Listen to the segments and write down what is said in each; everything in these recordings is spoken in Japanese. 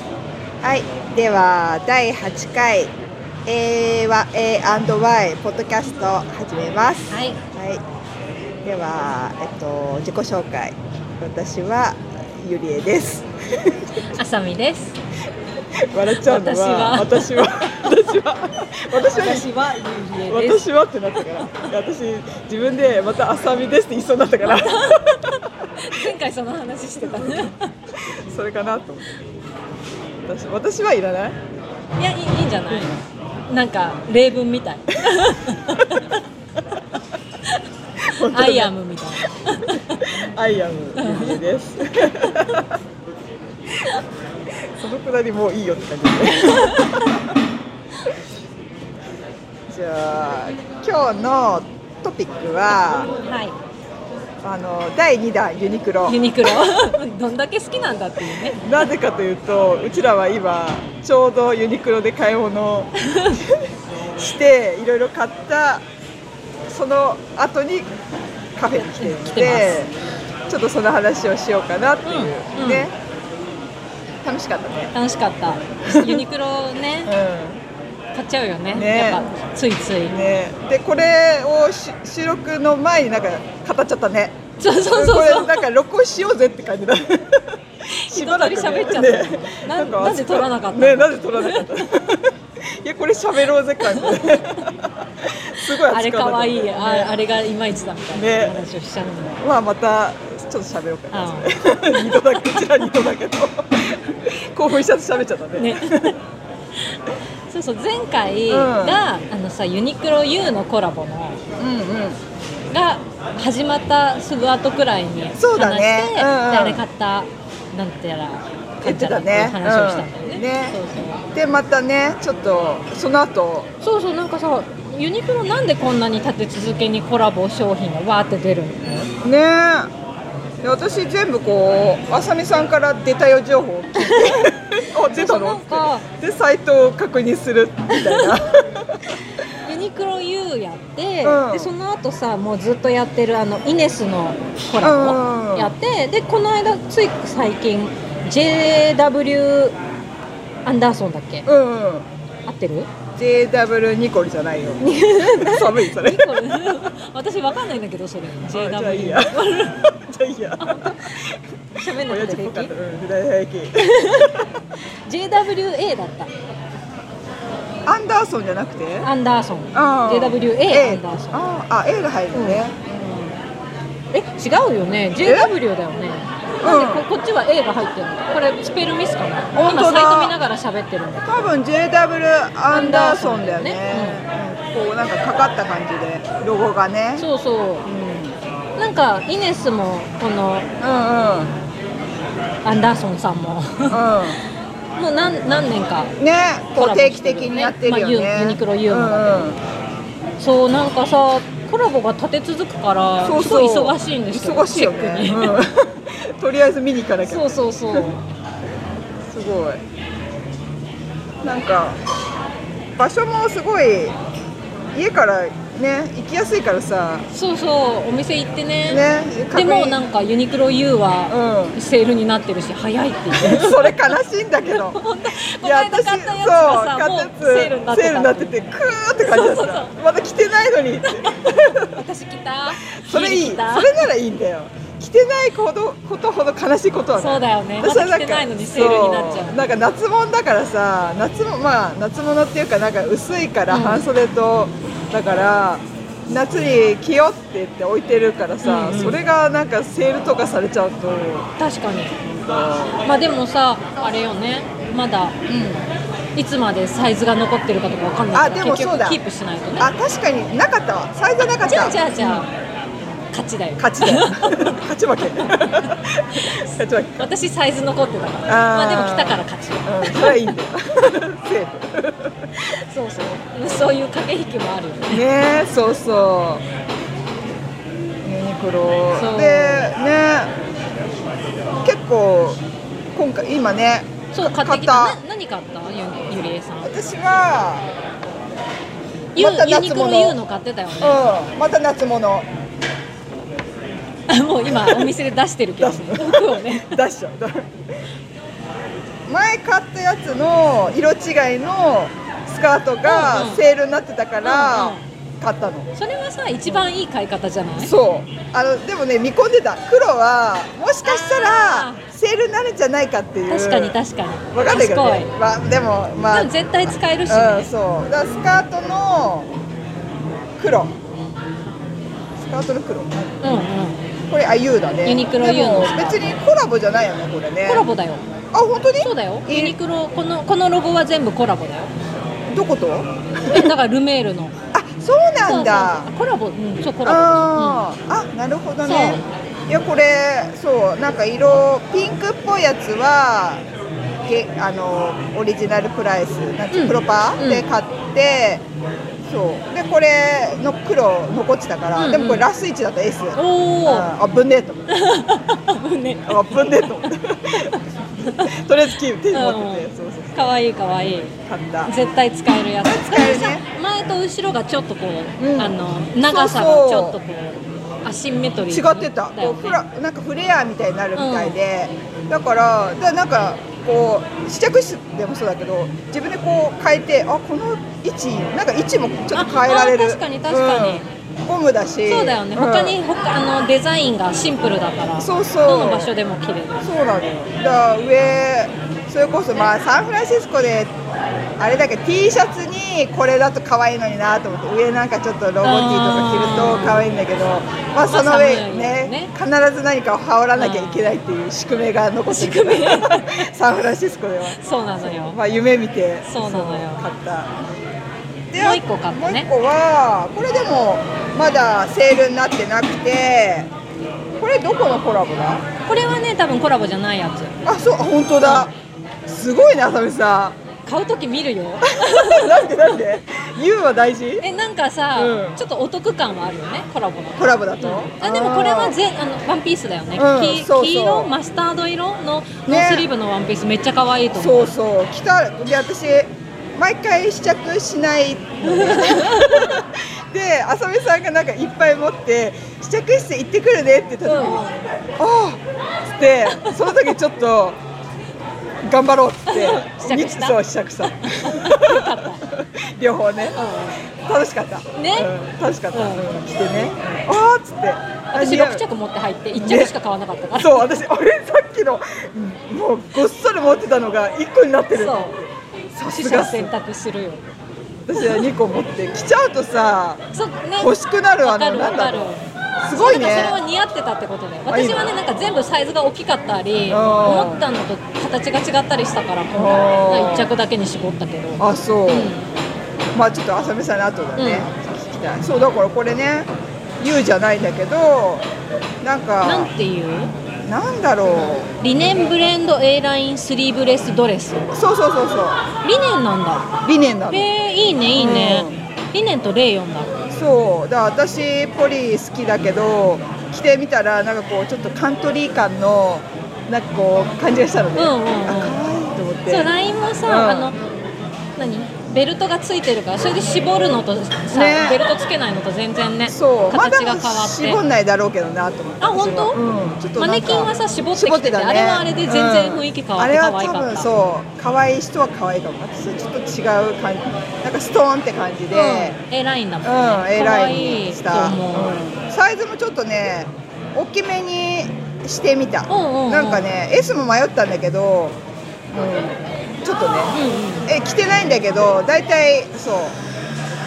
はい、では第8回 A は A&Y ポッドキャスト始めます。はいはいではえっと自己紹介。私はゆりえです。 あさみです。笑っちゃうのは私は私は私は私ははゆ りす。私はってなったからいや私自分でまた「あさみです」って言いそうになったから前回その 話してたね。それかなと思って私私はいらないいやいいいいんじゃない。なんか例文みたい。本当アにイアムみたいアイアムゆりえです。そのくだりもういいよって感じで。 じゃあ今日のトピックはな。はい。あの第2弾ユニクロユ。ニクロ どんだけ好きなんだっていうね。なぜかというとうちらは今ちょうどユニクロで買い 物していろいろ買ったその後にカフェに来てるの来でてちょっとその話をしようかなっていう、うんうんね楽しかったね楽しかった。ユニクロね買っちゃうよね。ねやっぱついついうん。ねでこれをし収録の前になんか語っちゃったねそうそうそうそこれう。なんか録音しようぜって 感じだしばらくね一通り喋っちゃったよねなかなんで撮らなかったのねなんで撮らなかった いやこれ喋ろうぜ感じすごい熱くなかったあれ可愛いねああれがいまいちだみたいな話をしちゃうのよ。まあまたちょっと喋ろうかなうんそれ二度だけうちら 二度だけど興奮しちゃって喋っちゃったねね。 そうそう前回が、あのさユニクロ U のコラボのうんうんが始まったすぐ後くらいに話して、そうだねうんうんであれ買ったなんてやら言ってたね買っちゃらっていう話をしたんだよね,、うんねでまたねちょっとその後そうそうそうそうなんかさユニクロなんでこんなに立て続けにコラボ商品がわーって出るのねえで私全部こうあさみさんから出たよ情報を聞い てあ出たのそうなんかってでサイトを確認するみたいな ユニクロ U やって、うんでその後さもうずっとやってるあのイネスのコラうボんやって、でこの間つい最近 JW アンダーソンだっけうんうん合ってる JW ニコルじゃ ないよ寒いそれこれ 私わかんないんだけどそれじゃあいい JW や じゃあいいや 喋んな親く父てっぽか平った気うん大平気 JWA だっアンダーソンじゃなくてたアンダーソンあー JWA アンダーソンあーあ A が入るね、え違うよね JW だよねなんでここっちは A が入ってるのこれスペルミスかな本当だ今サイト見ながら喋ってるんだ多分 JW アンダーソンだよねアンダーソンうんこうなんかかかった感じでロゴがねけどそうそうなんかイネスもこうのんうんアンダーソンさんも うもう何何年かん、ねこコうラボ定期してるよ的ねにやってるよね、まあユユニクロユーモアうんうんそうなんかさコラボが立て続くからそうすそごうい忙しいんですけど忙しいよチェックねに、うん とりあえず見に行かなきゃそうそうそうすごいなんか場所もすごい家からね行きやすいからさそうそうお店行ってねねでも確認なんかユニクロ U はうセールになってるし早いって言ってんそれ悲しいんだけ ど本当この間買ったやつがさもうセールになってセールになたっててクーって感じだったそうそうまだ着てないのにって私来たそれいい家それに来たならいいんだよ着てないことことほど悲しいことはないそうだよねま私はなだ来んかてないのにセールになっちゃそううなんか夏物だからさ夏もまあ夏物っていうかなんか薄いからうん半袖と、だから夏に着ようって言って置いてるからさ、うんうんそれがなんかセールとかされちゃうと、確かにまあでもさあれよねまだいつまでサイズが残ってるかとかわかんないかあらでも結そうだ局キープしないとねあ確かになかったわサイズはなかったじゃあじゃあじゃあ勝ちだよ勝ちだ よ勝ち負け勝ち負け私サイズ残ってたからまあでも来たから勝ちうん、それはいいんだよ セーフそうそうそういう駆け引きもあるよねねえそうそうユニクロそうでね結構今回今ねそう買って買きたっな何買ったゆゆりえさん私はユまた夏物ユニクロ U の買ってたよねうんまた夏物もう今お店で出してるけ ど出す服をね出しちゃう 前買ったやつの色違いのスカートがうんうんセールになってたかうんらうん買ったの、それはさ一番いい買い方じゃないそうあのでもね見込んでた黒はもしかしたあらセールになるんじゃないかっていう確かに確かに分かんないけどね賢い、まあ、でもまあでも絶対使えるしね、うん、そうだからスカートの黒スカートの黒うんうんこれあ U だねユニクロで U のも別にコラボじゃないよねこれねコラボだよあ本当にそうだよえユニクロこのこのロゴは全部コラボだよどことあえだからルメールのそうなんだそうそうそうコラボうんそうコラあーあなるほどねいやこれそうなんか色ピンクっぽいやつはげあのオリジナルプライスなんて、うんプロパーで買って、そうでこれの黒残ってたから、うんうんでもこれラス1だった S ボ、うん、おあぶねえと思ってお、ね、あぶねえと思 ってとりあえずキー プ手に持ってて、うんそうそうかわいいかわいい買った絶対使えるやつ使えるねでもさ前と後ろがちょっとこう、うんあの長さがちょっとこうアシンメトリー違ってた、だこようねフラなんかフレアみたいになるみたいで、だからだなんかこう試着室でもそうだけど自分でこう変えてあこの位置いいなんか位置もちょっと変えられるああ確かに確かにうんゴムだしそうだよね、ん他に他あのデザインがシンプルだからそうそうどの場所でも着れるそうなのよだから上それこそまあサンフランシスコであれだけど T シャツにこれだと可愛いのになと思って上なんかちょっとロゴ T とか着ると可愛いんだけどまあその上寒いよねね必ず何かを羽織らなきゃいけないっていう宿命が残ってるから宿サンフランシスコではそうなのよまあ夢見てそうなのよそう買ったでもう一個買ったねもう一個はこれでもまだセールになってなくてこれどこのコラボだこれはね多分コラボじゃないやつあ、そう、あ本当だ。すごいね、浅見さ買う時 見るよん。 なんで、なんで。言うは大事。えなんかさ、うんちょっとお得感はあるよねコラボのコラボだと。あでもこれはぜあのワンピースだよね、うんそきうそう黄色マスタード色のノねースリーブのワンピースめっちゃ可愛いと思うそうそう、来た、で、私。毎回試着しない のね。で、浅見さんがなんかいっぱい持って、試着室行ってくるねって言った時に。うんああ。つって、その時ちょっと。頑張ろうっつって。 試着したそう、試着した。よかった両方ね。楽しかった。ねうん楽しかった。うんうん来てね。ああっつって。私似合う6着持って入って1着しか買わなかったから、そう私 あれさっきのうんもうごっそり持ってたのが1個になってるそうさ取すが捨っす選択するよ私は2個持って来ちゃうとさそうね欲しくなるあわかのるなわんかだるろうすごいだからそれねは似合ってたってことであいい私ねはねなんか全部サイズが大きかったりうん思ったのと形が違ったりしたから今回うん1着だけに絞ったけどあそう、うまあちょっと浅見さんの後だね、聞きたいそうだからこれね言うじゃないんだけどなんん、なかんていうなんだろリネンブレンド A ラインスリーブレスドレスうそうそうそうそうリネンなんだ理念なのえー、いいねいいね、リネンとレイヨンだそうだから私ポリ好きだけど着てみたらなんかこうちょっとカントリー感のなんかこう感じがしたので、うんうんうんあ可愛いと思ってそうラインもさ、うんあの何ベルトがついてるからそれで絞るのとさ、ねベルトつけないのと全然ねそうまだ形が変わって、絞んないだろうけどなと思ってあ本当私はうん、ちょっとなマんかネキンはさ絞ってき絞てってて、たねあれはあれで全然雰囲気変わってうん可愛あかれは多分ったそう可愛い人は可愛いかも私はちょっと違う感じなんかストーンって感じで、うん、A ラインだもんうね、ん、A 可ライン愛にいしとた、思う、うんサイズもちょっとね大きめにしてみた、んうんうんなんかね S も迷ったんだけど、うん、ちょっとねうんえ着てないんだけど大体そう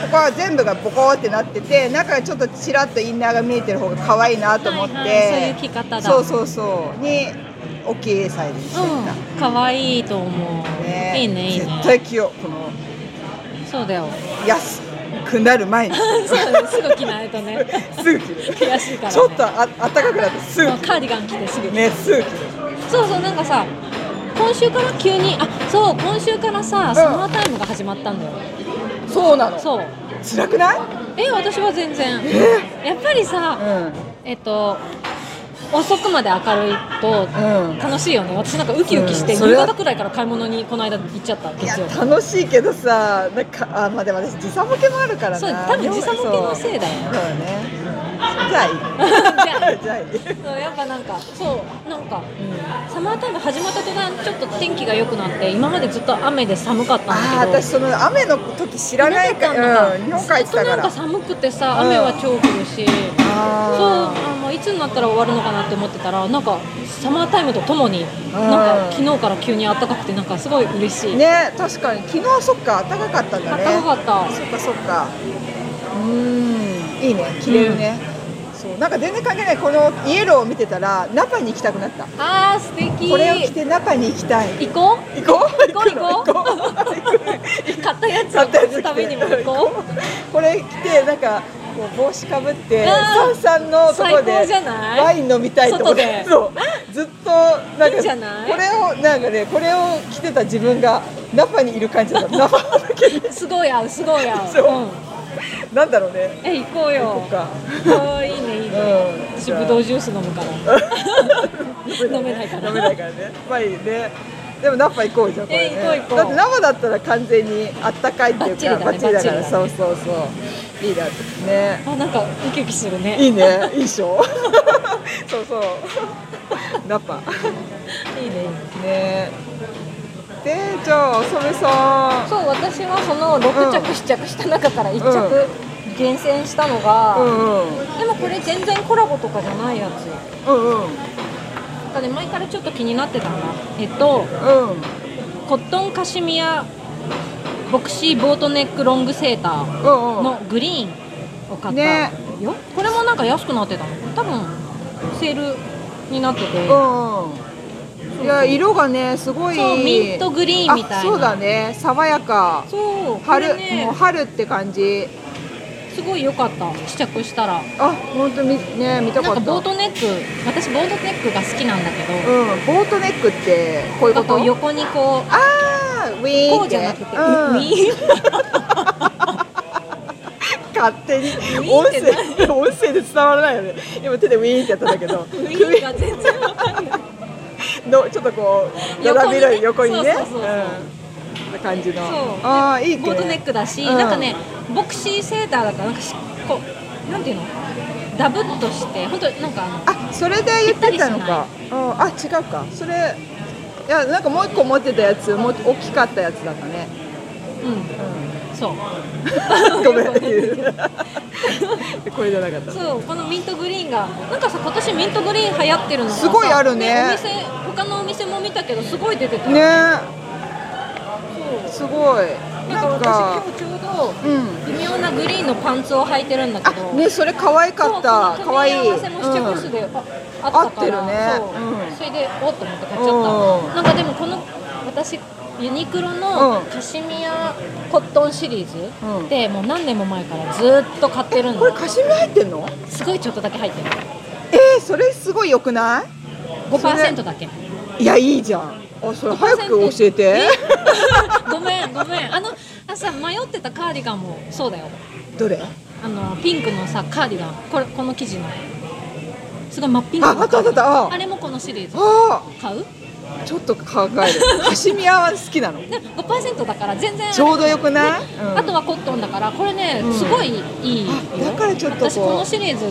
ここは全部がボコーってなってて中がちょっとちらっとインナーが見えてる方が可愛いなと思って、はいはいそういう着方だそうそうそうに大きいサイズにしてみた、うん、可愛いと思う、ねいいねいいね絶対着ようこのそうだよ安くなる 前にそうだねすぐ着ないとねすぐ着る悔しいから、ね、ちょっとあ暖かくなってすぐそうカーディガン着てすぐねすぐ着るそうそうなんかさ今週から急にあそう今週からさサマータイムが始まったんだよ、そうなのそう辛くないえ私は全然やっぱりさうえっと遅くまで明るいとんうん楽しいよね私なんかウキウキしてうんそれ夕は方くらいから買い物にこの間行っちゃったいや月曜日楽しいけどさなんかあまあでも私時差ボケもあるからなそう多分時差ボケのせいだよそうだねじゃあいい じゃあ じゃあいいそうやっぱなんかそうなんか、サマータイム始まった途端ちょっと天気が良くなって今までずっと雨で寒かったんだああけど私その雨の時知らないかなら、うん、日本帰ってたかずらっとなんか寒くてさ雨は超降るし、そうああのいつになったら終わるのかなって思ってたらなんかサマータイムとともになんか昨日から急に暖かくてなんかすごい嬉しーい、ね確かに昨日そっか暖かかったんだ暖ねかかったそっかそっかうーんいいね着れるね、そうなんか全然関係ないこのイエローを見てたらナパに行きたくなったあー素敵これを着てナパに行きたい行こう行こう行こう行こう行こう行こう買った やつ買をったやつ着てためにも行こうこれ着てなんかこう帽子かぶってあサーンさんのとこ最高でじゃないワイン飲みたいとこで外で そうずっとなんいかいんじゃないこれをなんかねこれを着てた自分がナパにいる感 じだったナパだけにすごい合うすごい合う、そうんなんだろうねえ行こうとよかあーいいねいいね、うん私ぶどうジュース飲むから 飲めないから飲めないからねまあいいねでもナパ行こうじゃんこれ、ね、え行こう行こうだって生だったら完全にあったかいっていうかバッチリだねから、バッチリだねそうそうそういいだねあなんかウキウキするねいいねいいでしょそうそうナパいいねねでじゃあおそめさんそう私はその6着試着した中から1着厳選したのが、うんうんでもこれ全然コラボとかじゃないやつうんうんだね前からちょっと気になってたんだえっうとんコットンカシミヤボクシーボートネックロングセーターうんうんのグリーンを買った、ねよこれもなんか安くなってたの多分セールになってて、うんうんいや色がねすごいそうミントグリーンみたいなあそうだね爽やかそうこ春、れもうね春って感じすごい良かった試着したらあ本当みね見たかなっんかたボートネック私ボートネックが好きなんだけど、うんボートネックってこういうなこんかことう横にこうあーウィーンってこうじゃなくて、ウうんィーン勝手にィーン音って何声音声で伝わらないよね今手でウィーンってやったんだけどウィーンが全然わかんないのちょっとこう並びの横横ににねねそうそうそうそううんな感じのそうああいいねボートネックだし、うんなんかねボクシーセーターだからなんかしこうなんていうのダブっとして本当なんかあのあそれで言ってたのかうんあ違うかそれいやなんかもう一個持ってたやつもう大きかったやつだったね、うんそう うん、 ごめんこれじゃなかったそうこのミントグリーンがなんかさ今年ミントグリーン流行ってるのがさすごいあるねお店他のお店も見たけどすごい出てたねすそごいうなんかなんか私今日ちょうどうん微妙なグリーンのパンツを履いてるんだけどあねそれ可愛かったそうこの可愛い組み合わせも試着う室んで、ああったから合ってるねそう、うんそれでおっと思って買っちゃった、うんなんかでもこの私ユニクロのうんカシミヤコットンシリーうんズで、もう何年も前からずっと買ってるのこれカシミヤ入ってんのすごいちょっとだけ入ってるえー、それすごい良くない5%だけいやいいじゃんあそれ早く教えて ごめんごめんあのあさ迷ってたカーディガンもそうだよどれあのピンクのさカーディガンこれこの生地のすごい真っピンクあのあったあったあったあれもこのシリーズあ買うーちょっと考えるカシミヤは好きなので5%だから全然ちょうどよくない、うんあとはコットンだからこれね、うんすごいいいよあだからちょっとこう私このシリーズ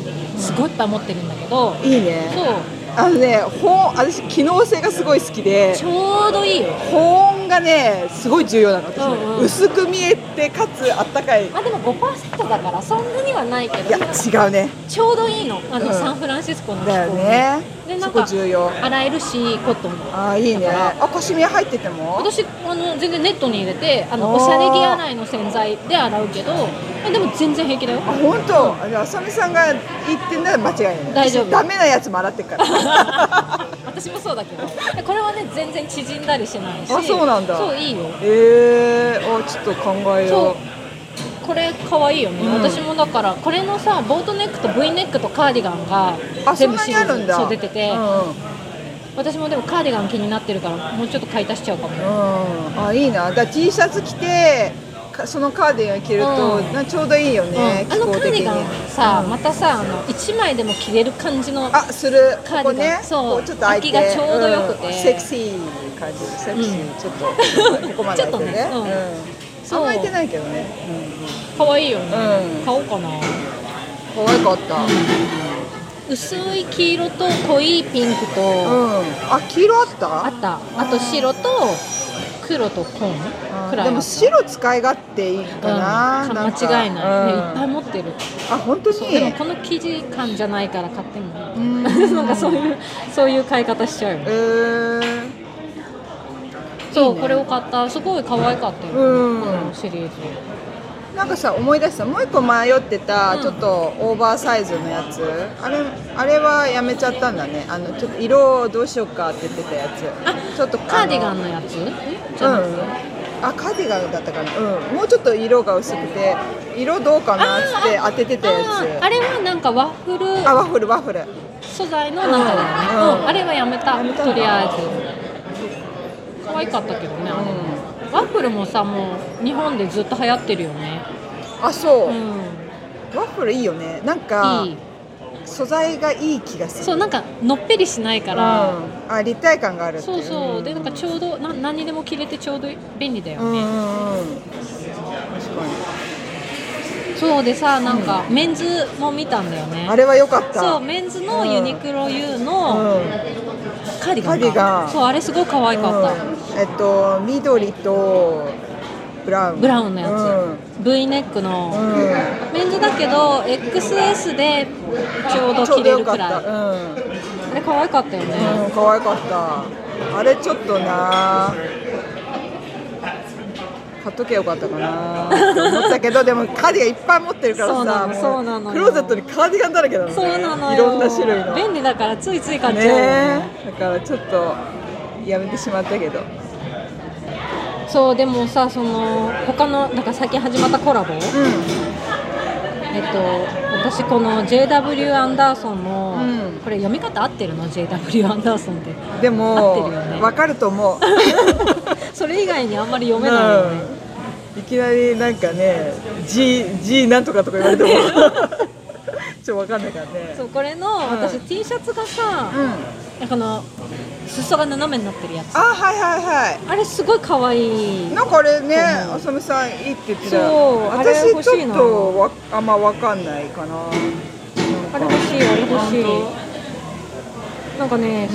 すごいいっぱい持ってるんだけど、いいねそうあのね保温私機能性がすごい好きでちょうどいいよ保温がねすごい重要なの私の中で、うんうん薄く見えてかつあったかいいまあでも5%だからそんなにはないけどや違うねちょうどいいのあの、うんサンフランシスコの気候だよねでなそんかこ重要洗えるしコットンもあーいいねだからあカシミヤ入ってても私あの全然ネットに入れてあのおーおしゃれ着洗いの洗剤で洗うけどえでも全然平気だよあ本当、あじゃあさみさんが言ってんなら間違いない大丈夫私ダメなやつも洗ってっから 私もそうだけどでこれはね全然縮んだりしないしあそうなんだそういいよえー、あちょっと考えそようこれ可愛いよね、うん私もだからこれのさボートネックと V ネックとカーディガンがうあそ全ん部なシにリあーるズんだそう出てて、うんうん私もでもカーディガン気になってるからもうちょっと買い足しちゃうかも、うん、あいいなだから T シャツ着てかそのカーディガン着ると、うんなちょうどいいよね、うんあの気候カ的ーディにガンさ、またさあの1枚でも着れる感じのあするカこーディガこねンそうこうちょっと開いて空きがちょうどよくてんセクシー感じセクシー、うちょ っとここまで開いてるねちょっとねうんそうあんま開いてないけどね可愛いよね、うん買おうかな可愛かった薄い黄色と濃いピンクと、うんあ黄色あったあったあと白と黒と紺うんくらいでも白使い勝手いいかな,、うんなんか間違いない、うんねいっぱい持ってるあ本当そうでもにこの生地感じゃないから買ってもいい、うん なんかそういうそういう買い方しちゃうよ、えー、そういいねこれを買ったすごい可愛かったよ、うんこのシリーズなんかさ思い出したもう一個迷ってた、うんちょっとオーバーサイズのやつあれあれはやめちゃったんだねあのちょっと色をどうしようかって言ってたやつあちょっとカーディガンののやつえじうゃなくて、んあカーディガンだったかなうんもうちょっと色が薄くて色どうかなっつって当ててたやあつーあれはなんかワッフルあワッフルワッフル素材の中だよね、うんうんあれはやめやためたんだとりあえず可愛かったけどねあれも、ワッフルもさもう日本でずっと流行ってるよねあそう、うんワッフルいいよねなんかいい素材がいい気がするそうなんかのっぺりしないから、うん、あ立体感があるっていそうそうでなんかちょうどな何にでも着れてちょうど便利だよね、うんうんうん確かそうでさなんかメンズも見たんだよねにあれは良かったそうメンズのユニクロ U のうカーディガカーンかディガンそうあれすごい可愛んかった、うんえっと緑とブラウンブラウンのやつ、V ネックうの、ん、うんメンズだけど XS でちょうどちょう着どれよるかくっらいたあうん、れ可愛かったよね、うん、可愛かったあれちょっとな買っとけばよかったかなと思ったけどでもカーディガンいっぱい持ってるからそうなさのもそうなのクよローゼットにカーディガンだらけなの、ね、そうなのよいろんな種類の便利だからついつい買っちゃうよねねえだからちょっとやめてしまったけどそうでもさその他のなんか最近始まったコラボ、うえっと私この JW アンダーソンの、うんこれ読み方合ってるの JW アンダーソンって んで合っもてるよねわかると思うそれ以外にあんまり読めないよね、うんいきなりなんかね G, G なんとかとか言われても ちょっとわかんないからねそうこれの私、T シャツがさう、んこの裾が斜めになってるやつああはいはいはいれすごい可愛いなんかあれね、うんあさみさんいいって言ってたそうあれ私欲しちいょっなとわあんまわかんないかな。あれ欲しいあれ欲し本いなんかね、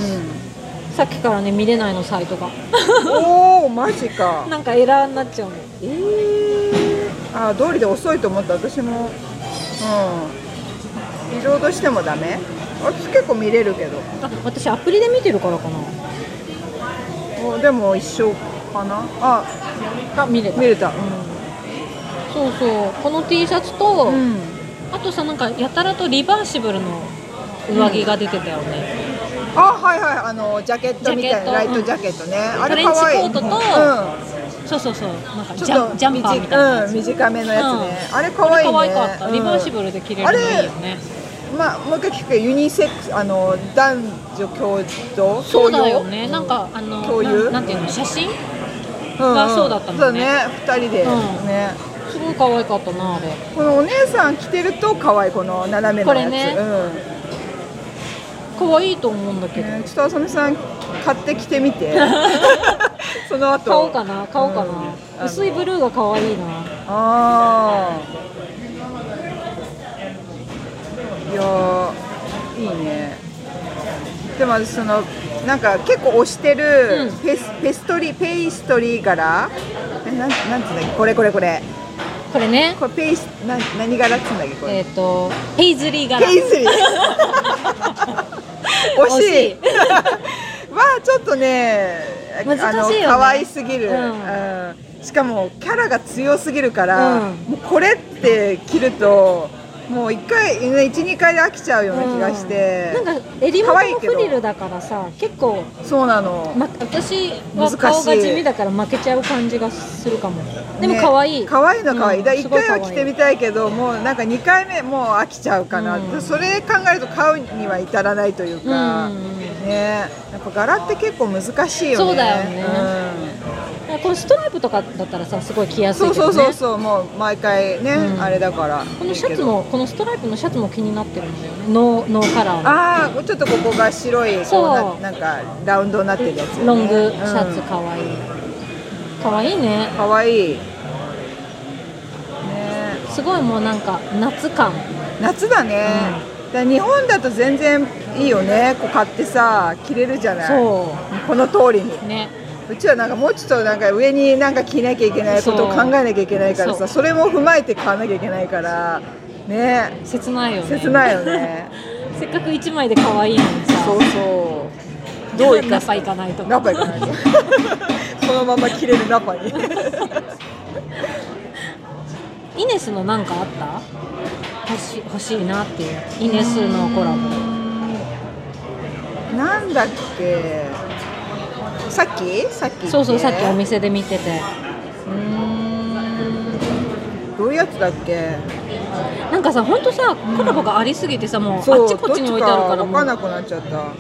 うさっきからね見れないのサイトが ん、おおマジか。なんかエラーになっちゃうのえー、あ通りで遅いと思った私も。うん。移動としてもダメ？私結構見れるけど。あ私アプリで見てるからかおでも一緒かな。あなあ見れた見れた。そうそうこの T シャツと、うん。あとさなんかやたらとリバーシブルの上着が出てたよね、あはいはいあのジャケットみたいなライジャケットジャケットうんトね。あれ可愛い。トレンチコートうんと。そうそうそうなんかちジょっとャンジャンパーみたいなやつ、短うん、短めのやつね、あれ可愛いね可愛かった、うんリバーシブルで着れるのいいよねまあもう一回聞くけどユニセックスあの男女共同そうだよねなんかあの共有ななんていうの写真うんがそうだったそもんねうだね二人で、うんねすごい可愛かったなあれこのお姉さん着てると可愛いこの斜めのやつこれねう可愛いと思うんだけんど、ねちょっとあさみさん買ってきてみ てその後買おうかな買おうかな、うんあの薄いブルーが可愛いなああいやーいいねでも私そのなんか結構推してるうんペス,、ペストリーペイストリー柄えなんなんつうんだっけこれこれこれこれねこれペイスな何柄っつうんだっけこえっ、れ、とヘイズリー柄ペイスリー惜しい 惜しいはちょっとね難しいよねあの可愛すぎる、うんうんしかもキャラが強すぎるから、うんもうこれって着るともう1回12回で飽きちゃうような気がして、うんなんか襟可愛い元もけどフリルだからさ結構、そうなの、ま、私難しはい顔が地味だから負けちゃう感じがするかもでも可愛い、ね可愛いの可愛い、うんだから1すごい回可は愛い着てみたいけどもうなんか2回目もう飽きちゃうかな、うんそれ考えると買うには至らないというか、うんうんうんねやっぱ柄って結構難しいよねそうだよねうんなんかこのストライプとかだったらさすごい着やすいそうけど、そね、うそうそう、もう毎回ね、うんあれだから。このシャツいいもこのストライプのシャツも気になってるんだよねノーノーカラけーど。のああ、ちょっとここが白い、そうこうななんかラウンドになってるやつ、ロングシャうツん可愛い可愛いねかわいい。ねすごいもうなんか夏感夏だね、だから日本だと全然いいよねこう買ってさ着れるじゃないそこの通りにうねうちはなんかもうちょっとなんか上になんか着なきゃいけないことを考えなきゃいけないからそさうそれも踏まえて買わなきゃいけないからね切ないよね切ないよねせっかく一枚で可愛いのにさそうそうどういナかパ行かないとナパ行かない とこのまま着れるナパにイネスのなんかあった欲しい欲しいなっていうイネスのコラボなんだっけさっきさっきそうそうさっきお見店で見ててどういうやつだっけなんかさ本当さコラボがありすぎてさもうあっそうちこっちに置いてあるからどっちか分もかんうなくなっちゃった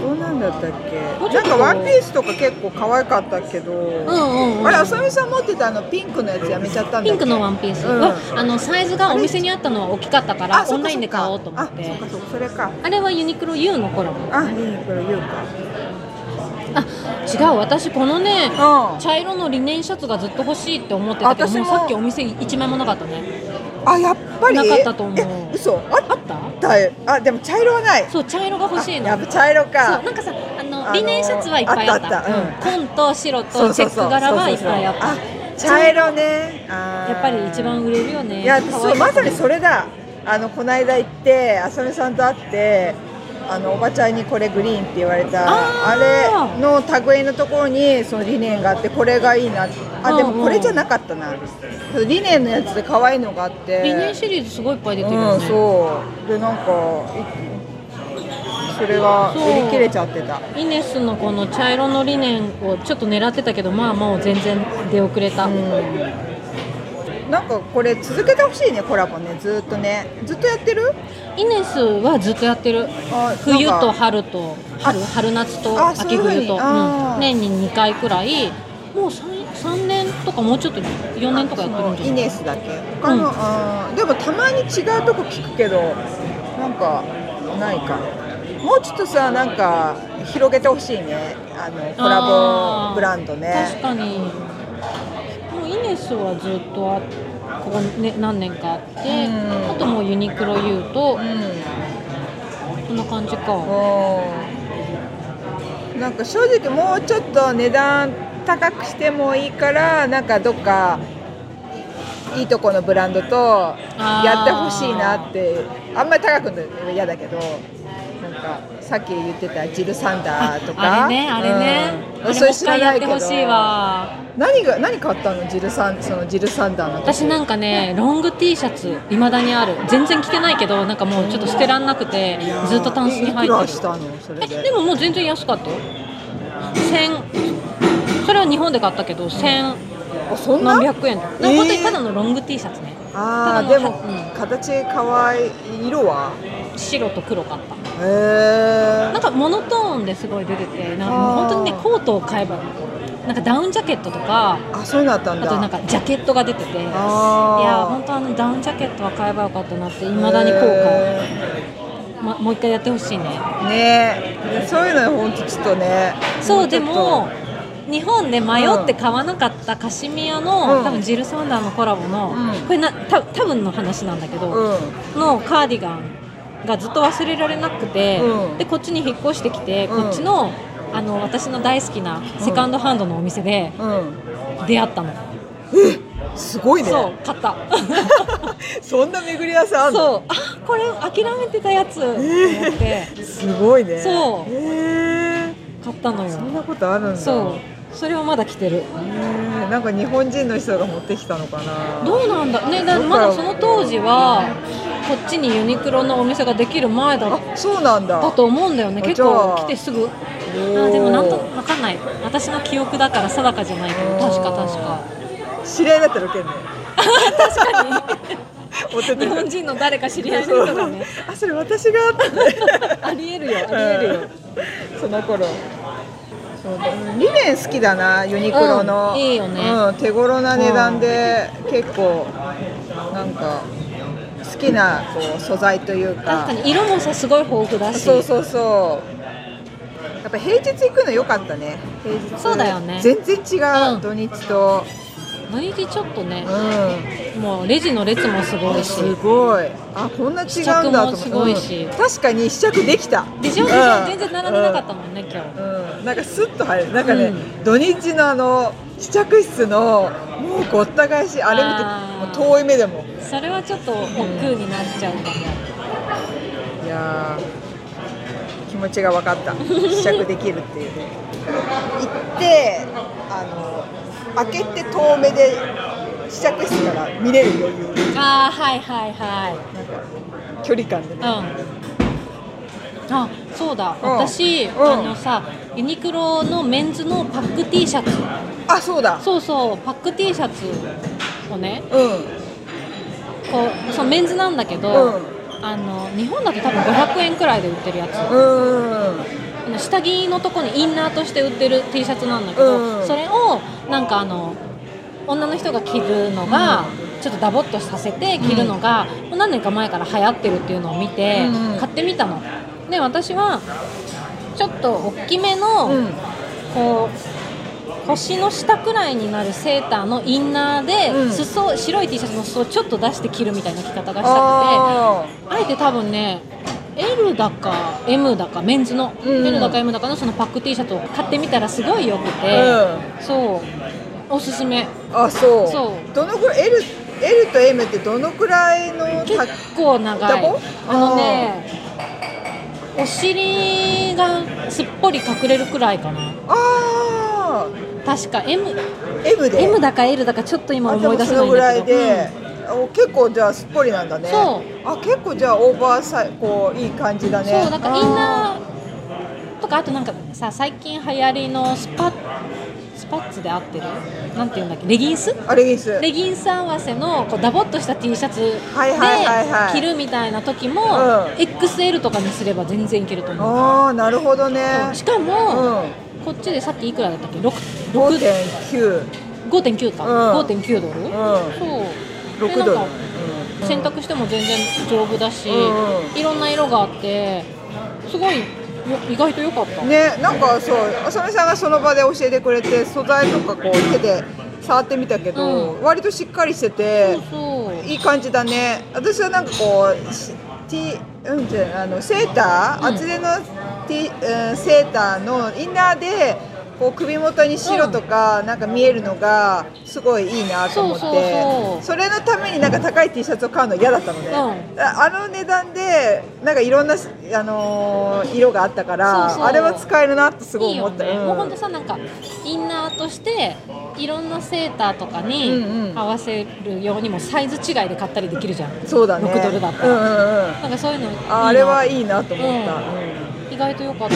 どうなんだったっもうけちなょっんとかワンピースとか結構可愛かったけど、うんうんあれあさみさん持ってたあのピンクのやつやめちゃったんだっけピンクのワンピースうんは、あのサイズがお店にあったのは大きかったからあオそっかそっかンラインで買おうと思っあてそっあかそっかそれかれはユニクロ U のコラボあいいこれ言うかあ違う私このねうん茶色のリネンシャツがずっと欲しいって思ってたけど私ももうさっきお店一枚もなかったねあやっぱりなかったと思うえ嘘ああっったたよあでも茶色はないそう茶色が欲しいのやっぱ茶色そかうなんかさあの、あのーリネンシャツはいっぱいあったあったあったうんうん、紺と白そうとそチェうックそう柄はいっぱいあったそうそうそうあ茶色ねややっぱり一番売れるよねいや可愛そうまさにれそれだあのこの間行って浅見さんと会ってあのおばちゃんにこれグリーンって言われたああーれの類のところにその理念があってこれがいいなあでうんうもんこれじゃなかったな理念のやつで可愛いのがあってリネンシリーズすごいいっぱい出てるようんね、そうでなんかいそれがそう売り切れちゃってたイネスのこの茶色のリネンをちょっと狙ってたけどまあもう全然出遅れた、なんかこれ続けてほしいねコラボねずーっとねずっとやってるイネスはずっとやってるあ冬なんとか春と春あ春夏とあそうい秋うふうに冬とあーうん、年に2回くらいもう 3, 3年とかもうちょっと4年とかやってイるんじゃないネスだけ他の、うんあーでもたまに違うとこ聞くけどなんかないかもうちょっとさなんか広げてほしいねあのコラあボーブランド確ねかにもうイネスはずっとあここ、ね、何年かあって、うんあともうユニクロ U とうんこんな感じかうんなんか正直もうちょっと値段高くしてもいいからなんかどっかいいとこのブランドとあーやってほしいなってあんまり高くの嫌だけどなんかさっき言ってたジル・サンダーとかあれねあれね、うんあそれれもう一知ら回なやっいてけどほしいわ何が何買ったのジルサンそのジル・サンダーの時私なんかねロング T シャツいまだにある全然着てないけどなんかもうちょっと捨てらんなくてずっとタンスに入いくらっしてたのそれるえででももう全然安かったよ1000それは日本で買ったけど1000あそんな何百円とかえー本当にただのロング T シャツねあーたでだのも形かわいい色は白と黒買ったへえなんかモノトーンですごい出ててなんかもうあー本当にねコートを買えばなんかダウンジャケットとかあそういうのあったんあだとなんかジャケットが出てていあーや本当あのダウンジャケットは買えばよかったなっていまだに後悔、へま、もう一回やってほしいねーねえそういうのほんとちょっとねそううちでょっとも日本で迷って買わなかったカシミヤの、うん多分ジル・サンダーのコラボの、うんこれなた多分の話なんだけど、うんのカーディガンがずっと忘れられなくて、うんでこっちに引っ越してきて、うんこっちのあの私の大好きなセカンドハンドのお店でうん出会ったの、すごいねそう買ったそんな巡り合わせあんのそうあこれ諦めてたやつと思ってすごいねそうへえ買ったのそんよなことあるんだそうそれをまだ着てるへえなんか日本人の人が持ってきたのかなどうなんだねだどうだろうまだその当時はこっちにユニクロのお店ができる前だっあそうなんだたと思うんだよねあ結じゃ構あ来てすぐおあーでもなんとわかんない私の記憶だから定かじゃないけど確か確か知り合いだったらウケんね確かに持 ってて日本人の誰か知り合いの人がねあそれ私がってありえるよありえるよその頃そうだリネン好きだなユニクロの、うんいいよねうん手頃な値段で結構なんか好きなこう素材というか確かに色もさすごい豊富だしそうそうそうやっぱ平日行くの良かったね平日そうだよね全然違う、うん土日と毎日ちょっとね、うもうレジの列もすごいんしすごいあこんな違うんだと思って試着もすごいしうん確かに試着できたでしょうんでしょ全然並んでなかったもんね今日うんなんかスッと入るなんかね、うん土日のあの試着室のもうごった返しあれ見あてーもう遠い目でもそれはちょっと億劫になっちゃうかも、いやー気持ちが分かった試着できるっていうね行ってあの開けて遠目で試着室から見れる余裕ああはいはいはいなんか距離感でねうんあそうだ、うん私、うんあのさユニクロのメンズのパック T シャツあそうだそうそうパック T シャツをねうんこうそうメンズなんだけど、うんあの日本だと多分500円くらいで売ってるやつうんあの下着のとこにインナーとして売ってる T シャツなんだけど、うんそれをなんかあの女の人が着るのが、ちょっとダボっとさせて着るのが、もう何年か前から流行ってるっていうのを見て、うん買ってみたので私はちょっと大きめの、うんこう腰の下くらいになるセーターのインナーで、うん裾を白い T シャツの裾をちょっと出して着るみたいな着方がしたくてああえて多分ね L だか M だかメンズの、うん L だか M だかのそのパック T シャツを買ってみたらすごいよくーて、そうおすすめうんあそうそうどのくらい L, L と M ってどのくらいの結た構長いどこあのねお尻がすっぽり隠れるくらいかなあ確か M, ー M で M だか L だかちょっと今あで思いもそ出せなのいんぐらだいけどで、お結構じゃあすっぽりなんだねそうあ結構じゃあオーバーサイこういい感じだうんねそうなんかインあナーとかあとなんかさ最近流行りのスパッスパッツで合ってるなんていうんだっけレギンスーあれですレギンス合わせのこうダボっとした T シャツではいはいはいはい着るみたいな時も、うん XL とかにすれば全然いけると思うああなるほどねそうしかうも、んこっちでさっきいくらだったっけ6 5.9 5.9か、うん5.9ドル、うそうでん6ドなんルかうん洗濯しても全然丈夫だし、うんうんいろんな色があってすごいよ意外と良かった、ねなんかそう浅見さんがその場で教えてくれて素材とかこう手で触ってみたけど、う割としっかりしててそうそういい感じだね私はなんかこうし T うんじゃあのセーター、うん厚手の T、うん、セーターのインナーでこう首元に白とかなんか見えるのがすごいいいなと思ってそうそうそうそれのためになんか高い T シャツを買うの嫌だったのね、うああの値段でなんかいろんな、あのー色があったからそうそうあれは使えるなってすごいいい思よったね、んもうほんとさなんかインナーとしていろんなセーターとかうんにうん合わせるようにもサイズ違いで買ったりできるじゃん、そうだね6ドルだったうらんうんうんなんかそういうのいいなああれはいいなと思った、うんうん意外と良かった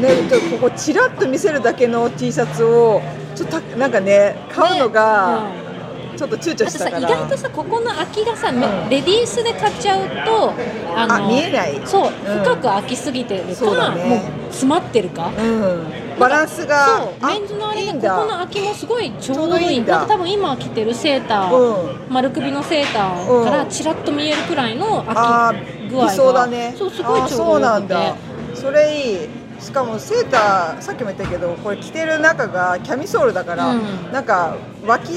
ね、ちょっとここちらっと見せるだけの T シャツをちょっとたなんかね買うのがねうんちょっと躊あ躇としさた意から、外とさここの空きがさ、めうんレディースで買っちゃうとああ見えないそう、ん深く空きすぎてるそうだか、ねもう詰まってるかうん、バランスがそうメンズのあれいでいこんこだの空きもすごいちょうちょうどどいいいいんだなんか多分今着てるセーター、う丸首のセーターからちらっと見えるくらいのあ空き具ー合が理想だねそうすごいあーちそょううどなよんくてだそれいいしかもセーターさっきも言ったけどこれ着てる中がキャミソールだから、うんなんか脇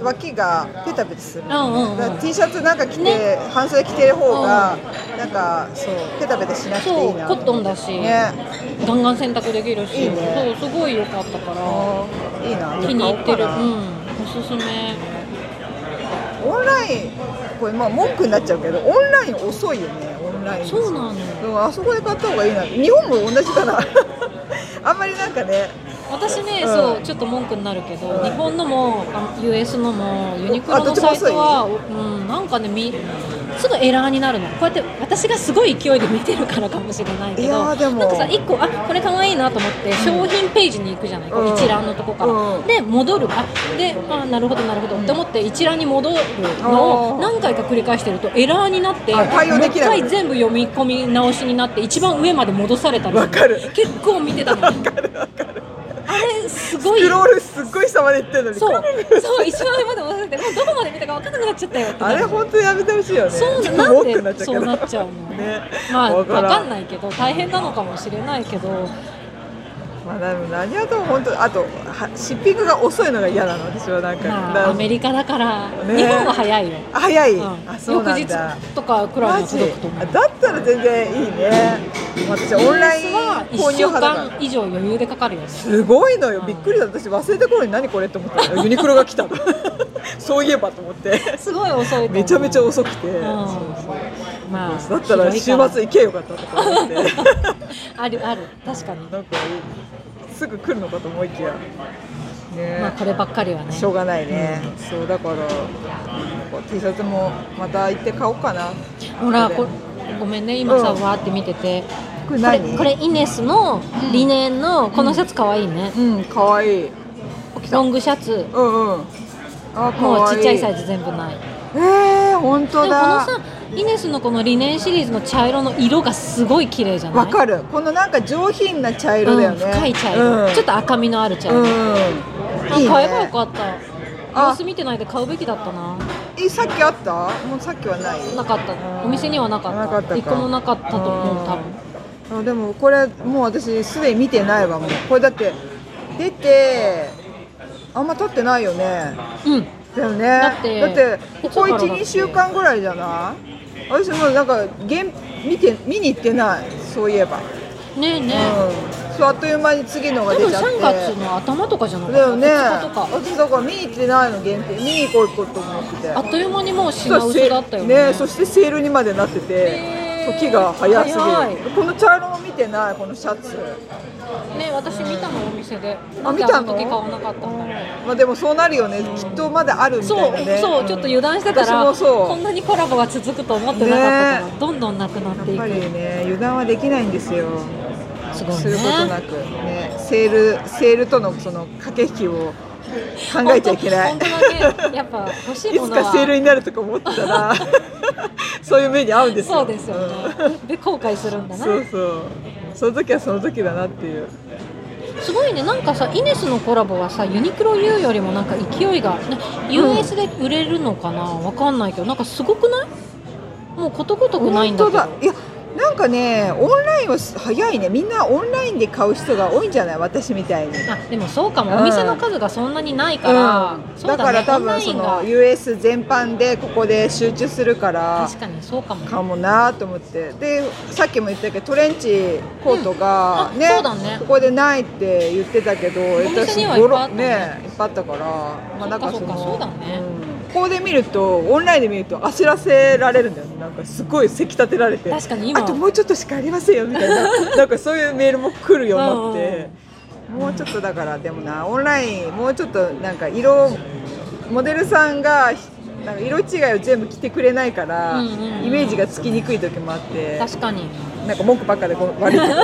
脇がペタペタする、うんうんだかうらん T シャツなんか着て、ね半袖着てる方が、なんかそうペタペタしなくていそいうなコットンだし、ねガンガン洗濯できるしいいねそうすごい良かったからあーいいな気に入ってる、買う、おうかなんおすすめオンラインこれまあ文句になっちゃうけどオンライン遅いよねオンラインそうなのでもあそこで買った方がいいな日本も同じかな あんまりなんかね私ね、うんそうちょっと文句になるけど、うん日本のもあ US のもユニクロあどっのちもサ遅イいトは、うん、なんかねみすぐエラーになるのこうやって私がすごい勢いで見てるからかもしれないけどいやーでもなんかさ1個あこれかわいいなと思って商品ページに行くじゃない、こううん一覧のとこから、うんで戻るあであなるほどなるほど、って思って一覧に戻るのあをー何回か繰り返してるとエラーになってあ対応できないもう一回全部読み込み直しになって一番上まで戻されたりすわかる結構見てたのあれすごいクロールすっごい下まで行ってるのにそうそう一番上まで戻ってもうどこまで見たか分からなくなっちゃったよって なあるれ本当にやめてほしいよねそうな文句にななっんちゃうでけそうどな っちゃうのねまあわ分からんかんないけど大変なのかもしれないけどまあ、でも何やとも本当あとはシッピングが遅いのが嫌なの私はなんか,、まあ、アメリカだから、ね日本は早いよ、あ早い、うんあそう翌なん日だとかくらいマにジ届くと思あうだったら全然いいね私オンラインは購1入週派だから間以上余裕でかかるよねすごいのようんびっくりだ私忘れた頃に何これって思った のユニクロが来たのそういえばと思ってすごい遅いと思うめちゃめちゃ遅くて、んそうまあそうだったら週末広行いけよかったとか思って なんかから あるある確かに、すぐ来るのかと思いきやねまあこればっかりはねしょうがないね、そうだからこう T シャツもまた行って買おうかなほらここれごめんね今さ、うんわーって見ててこれこれ何これイネスのリネンのこのシャツかわいいね、うんかわいいロングシャツうんうんあかもうわいちっちゃいサイズ全部ないでえー、本も当このださイネスのこのリネンシリーズの茶色の色がすごい綺麗じゃなわいかるこのなんか上品な茶色だよね、うん、深い茶色、うんちょっと赤みのある茶うん色、あいいね買えばよかったあ様子見てないで買うべきだったなえさっきあったもうさっきはないなかったお店にはなかったなかったか一個もなかったと思う多分あでもこれもう私すでに見てないわもうこれだって出てあんま経ってないよねうんだよねだってここいつからだっ12け週間ぐらいじゃない私もうなんか現見て見に行ってないそういえば、ねえねうんそうあっという間に次のえ、が多出分ちゃって3月の頭とかじゃなかっただよね2日とか私だから見に行ってないの限定見に行こう行こうと思っててあっという間にもう品薄だったよねねそしてセールにまでなっててね時が早すぎ早いるこの茶色も見てないこのシャツね私見たのお店であなん見でたあのの時買わなかったんだろうまあでもそうなるよねきっとまだあるみたそ、いうなねそう、ちょっと油断してたら、私もそうこんなにコラボが続くと思ってなかったから、ねどんどんなくなってやいっぱりく。ね油断はできないんですよすごいすることなね。くねセールセールとのその駆け引きを考えちゃいけない本当本当だね、やっぱ欲しいいもつのは。かセールになるとか思ってた らそういう目に遭うんですよそうですよね。で、後悔するんうだんな。そうそうその時はその時だなっていうすごいね、なんかさ、イネスのコラボはさ、ユニクロ U よりもなんか勢いが、ね、US で売れるのかな、わかんないけど、なんかすごくないもうことごとくないんだけど。本当だいやなんかねオンラインは早いねみんなオンラインで買う人が多いんじゃない私みたいにあでもそうかも、うんお店の数がそんなにないから、うんそうだ,、ね、から多オンラ分イそンがの US 全般でここで集中するから確かにそうかもかもなと思ってでさっきも言ったけどトレンチコートがうんあね,、そうだねここでないって言ってたけどお店にはいっぱいあったねねいっぱいあったから、まあ、なんかそそっかのそっかそうだねうんここで見るとオンラインで見ると焦らせられるんだよねなんかすごいせき立てられて確かに今あともうちょっとしかありませんよみたい ななんかそういうメールも来るようになって、もうちょっとだからでもなオンラインもうちょっとなんか色モデルさんがなんか色違いを全部着てくれないから、うんうんうんイメージがつきにくい時もあって確かになんか文句ばっかでご悪いけ ど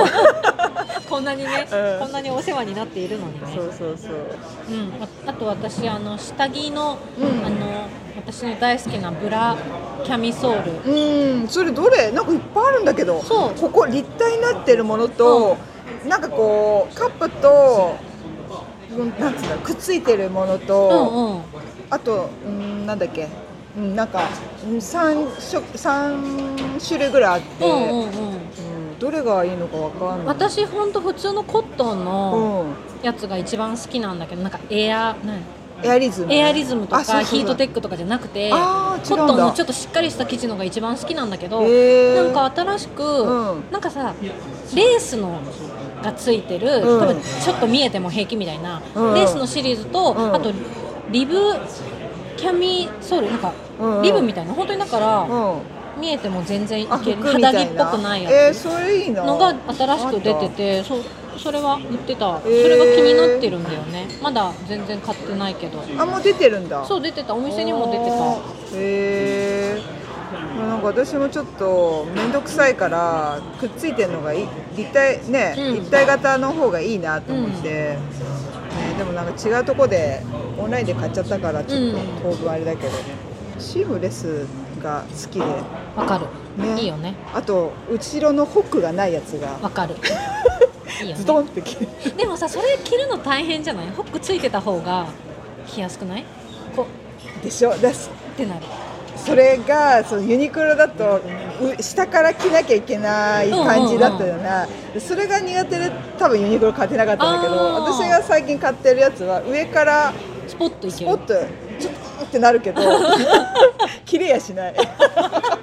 こんなにね、うんこんなにお世話になっているのにねそうそうそううん、ああと私あの下着の,、うんあの私の大好きなブラキャミソールうんそれどれなんかいっぱいあるんだけどそうここ立体になってるものと、なんかこうカップとうんなんつうんだろうくっついてるものと、うんうんあとうんなんだっけうんなんかうん三色三種類ぐらいあって、うんうんうんうんどれがいいのかわかんない。私ほんと普通のコットンうのんやつが一番好きなんだけどなんかエアなんエアリズム。エアリズムとあそうそかうそうヒートテックとかじゃなくてコあッー違うんだトンのちょっとしっかりした生地のが一番好きなんだけど、へなーんか新しく、うんなんかさレースのがついてる、うん多分ちょっと見えても平気みたいな、うんうんレースのシリーズと、うんあとリブキャミソールなんか、うんうんリブみたいな本当にだから、うん。見えても全然いあけ服るみたいな。肌着っぽくないえーやつそれいいな。のが新しく出ててそうそれは売ってた、それが気になってるんだよねまだ全然買ってないけど。あもう出てるんだ。そう出てたお店にも出てたた。へえー。まあなんか私もちょっと面倒くさいからくっついてるのがいい立体ね、うん立体型の方がいいなと思って、ね、でもなんか違うとこでオンラインで買っちゃったからちょっとうん当分あれだけど、シームレスが好きでわかる、ねいいよねあと後ろのホックがないやつがわ かるいいよズねドンってきてでもさそれ着るの大変じゃないホックついてた方が着やすくないこでしょだしうってなるそれがそのユニクロだとう下から着なきゃいけない感じだったよな、それが苦手で多分ユニクロ買ってなかったんだけどあー私が最近買ってるやつは上からスポッといけスるポッとちょっってなるけ ど切れやしない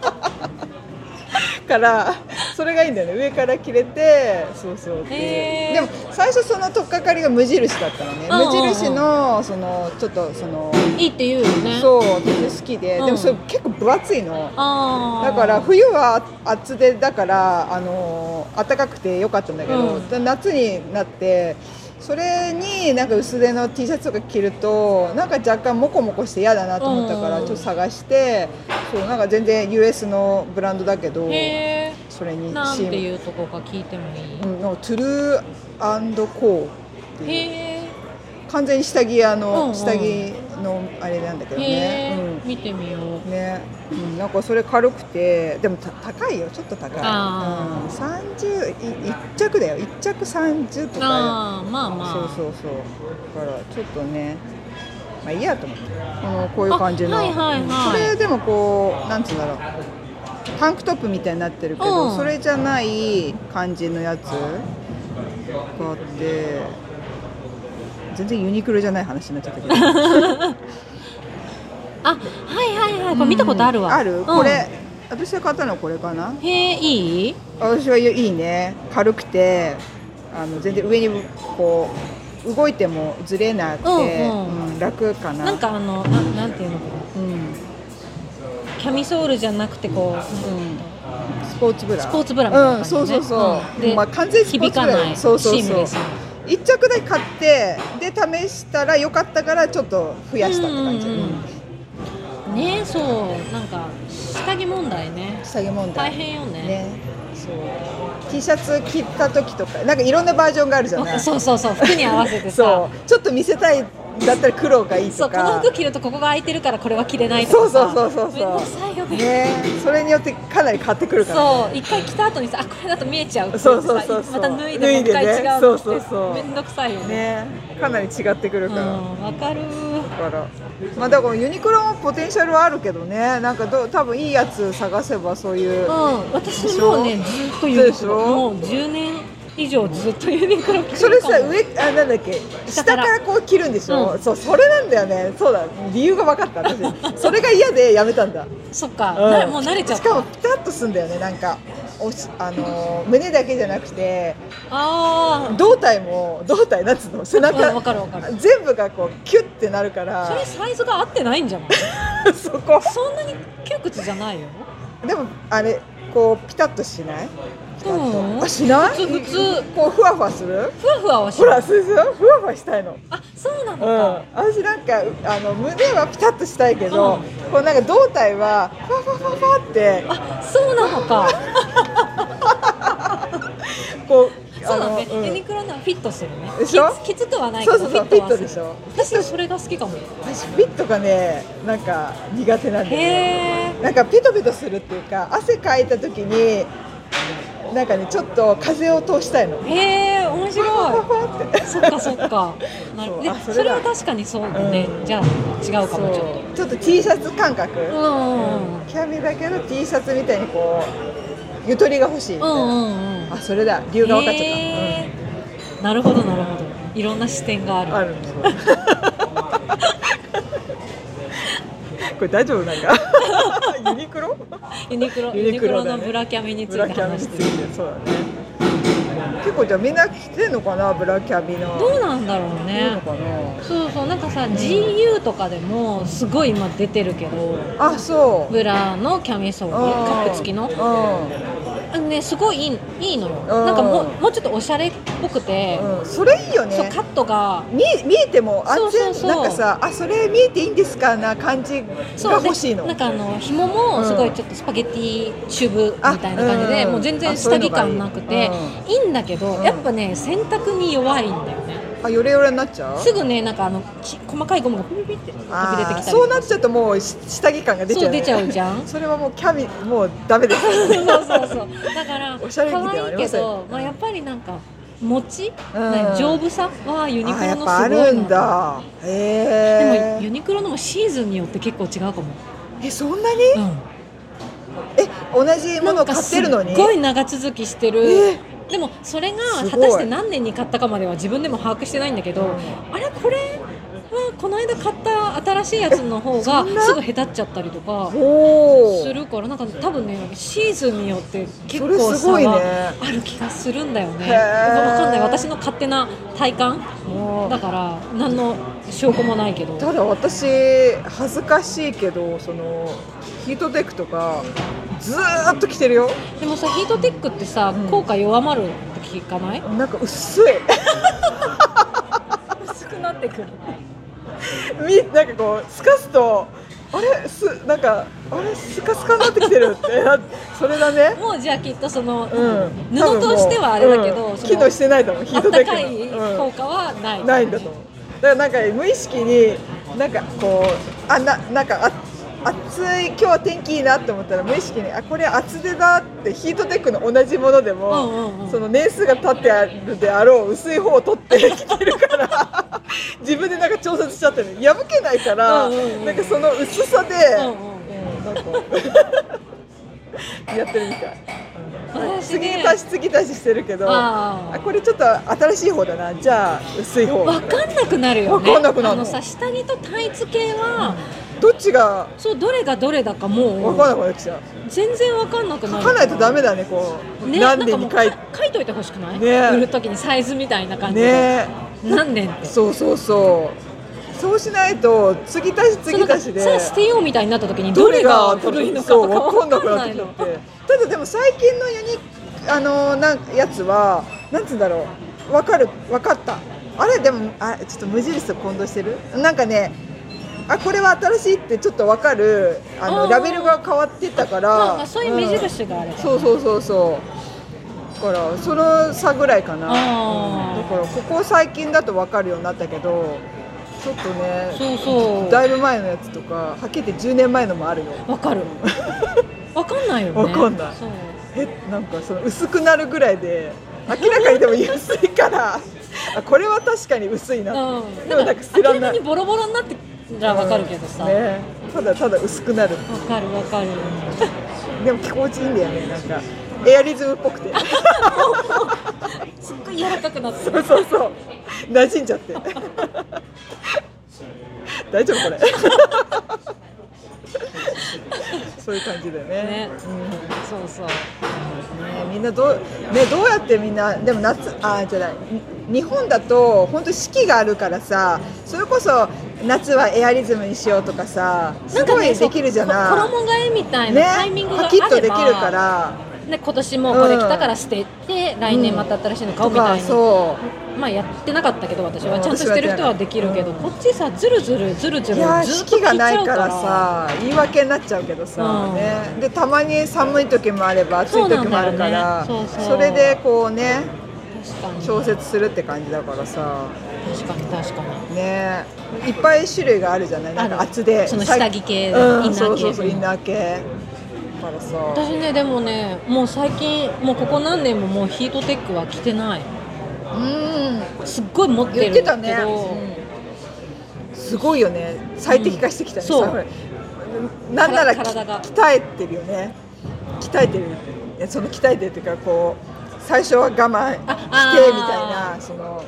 からそれがいいんだよね上から切れてそうそうっていうへーでも最初その取っかかりが無印だったのねうんうんうん無印のそのちょっとそのいいって言うよねそう私好きで、うんでもそれ結構分厚いのああだから冬は厚手だから、あのー暖かくてよかったんだけど、う夏になってそれになんか薄手の T シャツとか着るとなんか若干モコモコして嫌だなと思ったから、うんちょっと探してそうなんか全然 US のブランドだけどへそれにえなんシてーいうとこか聞いてもいい、うんのトゥルーコーっていうへえ完全に下着屋の、うんうん下着のあれなんだけどね。うん見てみようね、うん、なんかそれ軽くてでもた高いよちょっと高い、うん、あ30い一着だよ一着30とかああまあまあそうそうそうだからちょっとねまあいいやと思ってこのこういう感じの、あはいはいはいうんそれでもこうなんつうんだろうタンクトップみたいになってるけど、うんそれじゃない感じのやつがあって全然ユニクロじゃない話になっちゃったけ どあはいはいはいこれ見たことあるわ、うんある、うんこれ私が買ったのこれかなへえいい私はいいね軽くてあの全然上にこう動いてもずれなくて、うんうんうん楽かななんかあのななんていうのかうんなキャミソールじゃなくてこう、うんスポーツブラスポーツブラみたいなうん、感じ、ねそうそうそう、んで、まあ、完全にスポー響ツブかラないそうそうシームそうレス一着で買ってで試したら良かったからちょっと増やしたって感じ、ううんんうんうんねそうなんか下着問題ね下げ問題大変よねねそう T シャツ着た時とかなんかいろんなバージョンがあるじゃわないそうそうそう服に合わせてそさうちょっと見せたいだったら黒がいいそとうこのか服着るとここが空いてるからこれは着れないとかさそうそうそうそうそうめんどくさいよねねそれによってかなり変わってくるから、ね、そう一回着た後にさあこれだと見えちゃうそうそうそうそうまた脱いでもう一回脱いでね違うそうそうそうめんどくさいよねねかなり違ってくるうんから、わかるだからまあだからユニクロもポテンシャルはあるけどねなんかどう多分いいやつ探せばそういう、うん私もうねずっとユニでクしロょもう10年以上ずっとユニクロ着てるかそも れさ上あなんだっけ下か下かららこう切るんでしょ、うんそうそれなんだよねそうだ理由が分かった私 それが嫌でやめたんだ、そっか、んなもう慣れちゃっしかたもピタッとすんだよねなんかおしあのー胸だけじゃなくてあ胴体も胴体なんつうの背あ中わかるわかる全部がこうキュッてなるからそれサイズが合ってないんじゃない そこそんなに窮屈じゃないよでもあれこうピタッとしないピタッと、うんあしない普通普通こうふわふわするふわふわはしほならいそうですよふわふわしたいのあそうなのうん、か、私なんかあの胸はピタッとしたいけど、うんこうなんか胴体はふわふわふわふわってあそうなのかこうそうだね、あのうんユニクロならフィットするねでしょきつきつくはないけどそうフそうそィうットフィットはするでしょ私それが好きかも私フィットがねなんか苦手なんだよへねえなんかペトペトするっていうか汗かいた時になんかねちょっと風を通したいのへえ面ふわ白ふわって いそっかそっかなるそうであそれだそれは確かにそうだね、うんじゃあ違うかもそちょっとうちょっと T シャツ感覚、うんうんキャミだけど T シャツみたいにこうゆとりが欲しいみうたいな、んうんうんあそれだ理由が分かっちゃった、へーなるほどなるほどいろんな視点があるうんあるんですよこれ大丈夫なん かユニクロユニクロユユニニククロロだねのブラキャミにつブいラてキャミ話にしつているてそうだね結構じゃあみんな着てんのかなブラキャミのどうなんだろういいのねかそうそうなんかさ GU とかでもすごい今出てるけどなあそうブラのキャミソールうんカップ付きのうあのねすごいいいいいのよんなんかもうもうちょっとおしゃれっぽくて、ん、うん、それいいよねそうカットが見え見えてもあそうそうそう全なんかさあそれ見えていいんですかな感じがそうで欲しいのなんかあの紐もすごいちょっとスパゲティチューブみたいな感じで、あうんもう全あ然そういうの下着がいい感なくていいんだけど、うんやっぱね洗濯に弱いんだよねあヨレヨレになっちゃうすぐねなんかあのき細かいゴムがピピピって飛びあ出ーてきたりそうなっちゃうともうし下着感が出ちゃう,、そう出ちゃうじゃ んそれはもうキャミもうダメですよねそうそうそうだからおしゃれ着で可はあり愛いまけせんど、まあ、やっぱりなんか持ち、うんなんか丈夫さはユニクあやロっのぱあすごるいんなだへでもユえニクロのもシーズンによって結構違うかもえそんなにうんえ同じものを買ってるのになんかすっごい長続きしてる、えでもそれがすごい果たして何年に買ったかまでは自分でも把握してないんだけど、あれこれはこの間買った新しいやつの方がそんなすぐへたっちゃったりとかおおするからなんか多分ねシーズンによって結それ構す差ごいねはある気がするんだよね。へーわかんない私の勝手な体感もうだから何の証拠もないけど。ただ私恥ずかしいけどそのヒートテックとかずーっと着てるよでもさヒートテックってさ、うん効果弱まるって聞かないなんか薄い 薄くなってくるみなんかこうすかすとあれすなんかあれスカスカになってきてるって なそれだねもうじゃあきっとその、うん布としてはあれだけど、うんその機能してないと思うヒあーっトテたックのかい効果はない、うんないんだと思うだからなんか無意識になんかこうあななんかあ暑い今日天気いいなって思ったら無意識にあこれ厚手だってヒートテックの同じものでも、うんうんうんその年数が経ってあるであろう薄い方を取ってきてるから 自分でなんか調節しちゃってる破けないから、うんうんうんなんかその薄さで、うんうんなんか やってるみたいうん私次ね足し次足ししてるけどああこれちょっと新しい方だなじゃあ薄い方あ分かんなくなるよねわかんなくなるあののさ下着とタイツ系は、どっちがそうどれがどれだかも分かんなうくなってきちゃう全然分かんなくな書かるないとダメだねこう、ね、何年に書いなんかもうか書いといてほしくない、ね売る時にサイズみたいな感じで、ね何年ってそうそうそうそうしないと継ぎ足し継そぎうなんか足しでさあ捨てようみたいになった時にどれが古いのかそうとか分かん分なくかんなっなていきのてただでも最近のユニあのなんやつはなんつうんだろう分かる分かったあれでもあちょっと無印と混同してるなんかねあこれは新しいってちょっと分かるああのーラベルが変わってたからまあまあそういう目うん印があれば、そうそうそうそうだからその差ぐらいかな、あうーんだからここ最近だと分かるようになったけどちょっとねそうそうだいぶ前のやつとかはっきり言って10年前のもあるよわ かるわかんないよねわかんないそうえなんかその薄くなるぐらいで明らかにでも薄いからあこれは確かに薄いな、うんでもなんか知ら明らなかにいボロボロになってらわかるけどさうわ、んね、ただただ薄くなるかるわ かるでも気持ちいいんだよねなんかエアリズムっぽくてすっごい柔らかくなってそるうそうそう馴染んじゃって大丈夫これそういう感じだよねねうんそうそうねみんなどう,、ね、どうやってみんなでも夏あじゃないに日本だと本当四季があるからさそれこそ夏はエアリズムにしようとかさすごいそうできるじゃないこ衣替えみたいなねタイミングがあパれキば、ッとできるからね、今年もこれ着たから捨てて、来年また新しいの買とおうみたかいなそまあやってなかったけど私はうんちゃんとしてる人はできるけど、私はやってなこっちさずるずるずるずうるいやーず四っと着季ちゃがうないかかららさ言い訳になっちゃうけどさ、うんね、でたまに寒い時もあれば暑い時もあるからそうなんだよねそうそうれでこうね確かに調節するって感じだからさ確かに確かにねいっぱい種類があるじゃないなんか厚手そのさ下着系うんインナそーうそうそうイ系ンナー系だからさ私ねでもねもう最近もうここ何年ももうヒートテックは着てないうんすっごい持って言るっんだけてどたね、うんすごいよね最適化してきたね、うんさなんなら体体が鍛えてるよね鍛えてるいやその鍛えてるっていうかこう最初は我慢してみたいああーなその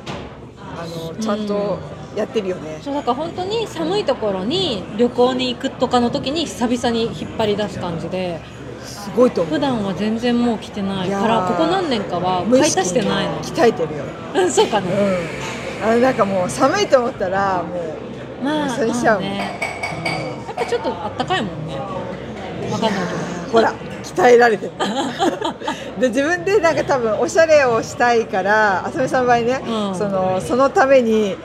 あのちゃんとやってるよね、そうだから本当に寒いところに旅行に行くとかの時に久々に引っ張り出す感じですごいと思普う段は全然もう着てないいやーからここ何年かは買い足してないの無意識に鍛えてるよ、うん そうかなうん、あれなんかもう寒いと思ったらもうまあそれしちゃうまあねやっぱちょっとあったかいもんねわかんないけどほら鍛えら れてるで自分でなんか多分おしゃれをしたいから浅見さんの場合ね、うんそのそのために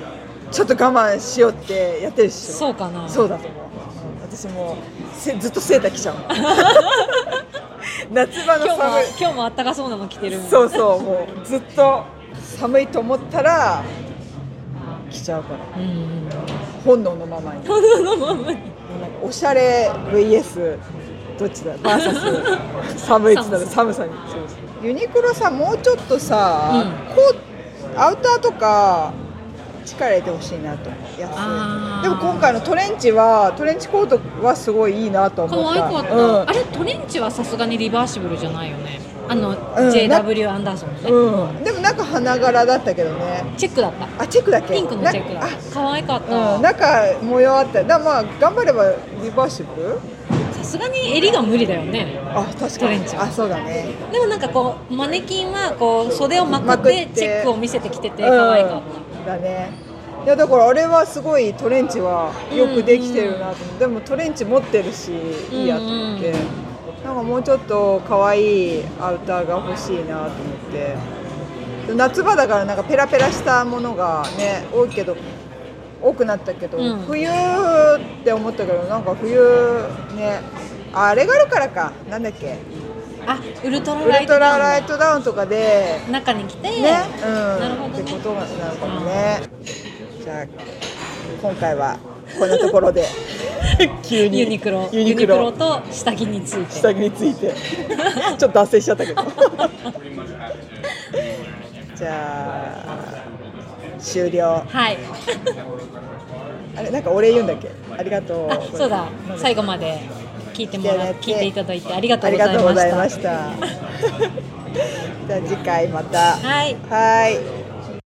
ちょっと我慢しようってやってるっしょそうかなそうだと思う私もうせずっとセーター 着ちゃうもん夏場の今日も寒い今日もあったかそうなの着てるもんそうそうもうずっと寒いと思ったら着ちゃうからうんうん本能のままにそんなのもなんかおしゃれ VS どっちだ VS 寒いっつったら寒さにユニクロさもうちょっとさ、うこうアウターとか力入れてほしいなと思う安あーいでも今回のトレンチはトレンチコートはすごいいいなと思っ 可愛たかった、うんあれトレンチはさすがにリバーシブルじゃないよねあの、うん JW アンダーソンのね、うん、でもなんか花柄だったけどねチェックだったあチェックだっけピンクのチェックだなった可愛かっあうん、た中模様あっただまあ頑張ればリバーシブルさすがに襟が無理だよねあ確トかレンチにはあそうだねでもなんかこうマネキンはこう袖をままくっくっててチェックを見せてきてて可愛かっうん、だねいやだからあれはすごいトレンチはよくできてるなと思って、でもトレンチ持ってるしいいやと思って、うんなんかもうちょっと可愛いアウターが欲しいなと思って夏場だからなんかペラペラしたものがね多いけど多くなったけど、うん冬って思ったけどなんか冬ねああれがあるからかなんだっけた、あウルトラウラルイトトダラウンライトダウンとかで中に来て、ね、うん、なるほどねってことなのかもね。じゃあ今回はこんなところで 急にユニクロユニクユロと下着について下着についてちょっと脱線しちゃったけど。 じゃあ終了。はいあれなんかお礼言うんだっけ？ありがとあう。 そうだ最後まで聞いてもらっ聞いて聞いていただいてありがとあうごりがざいとうございまましした た。じゃあ次回また。はいはい。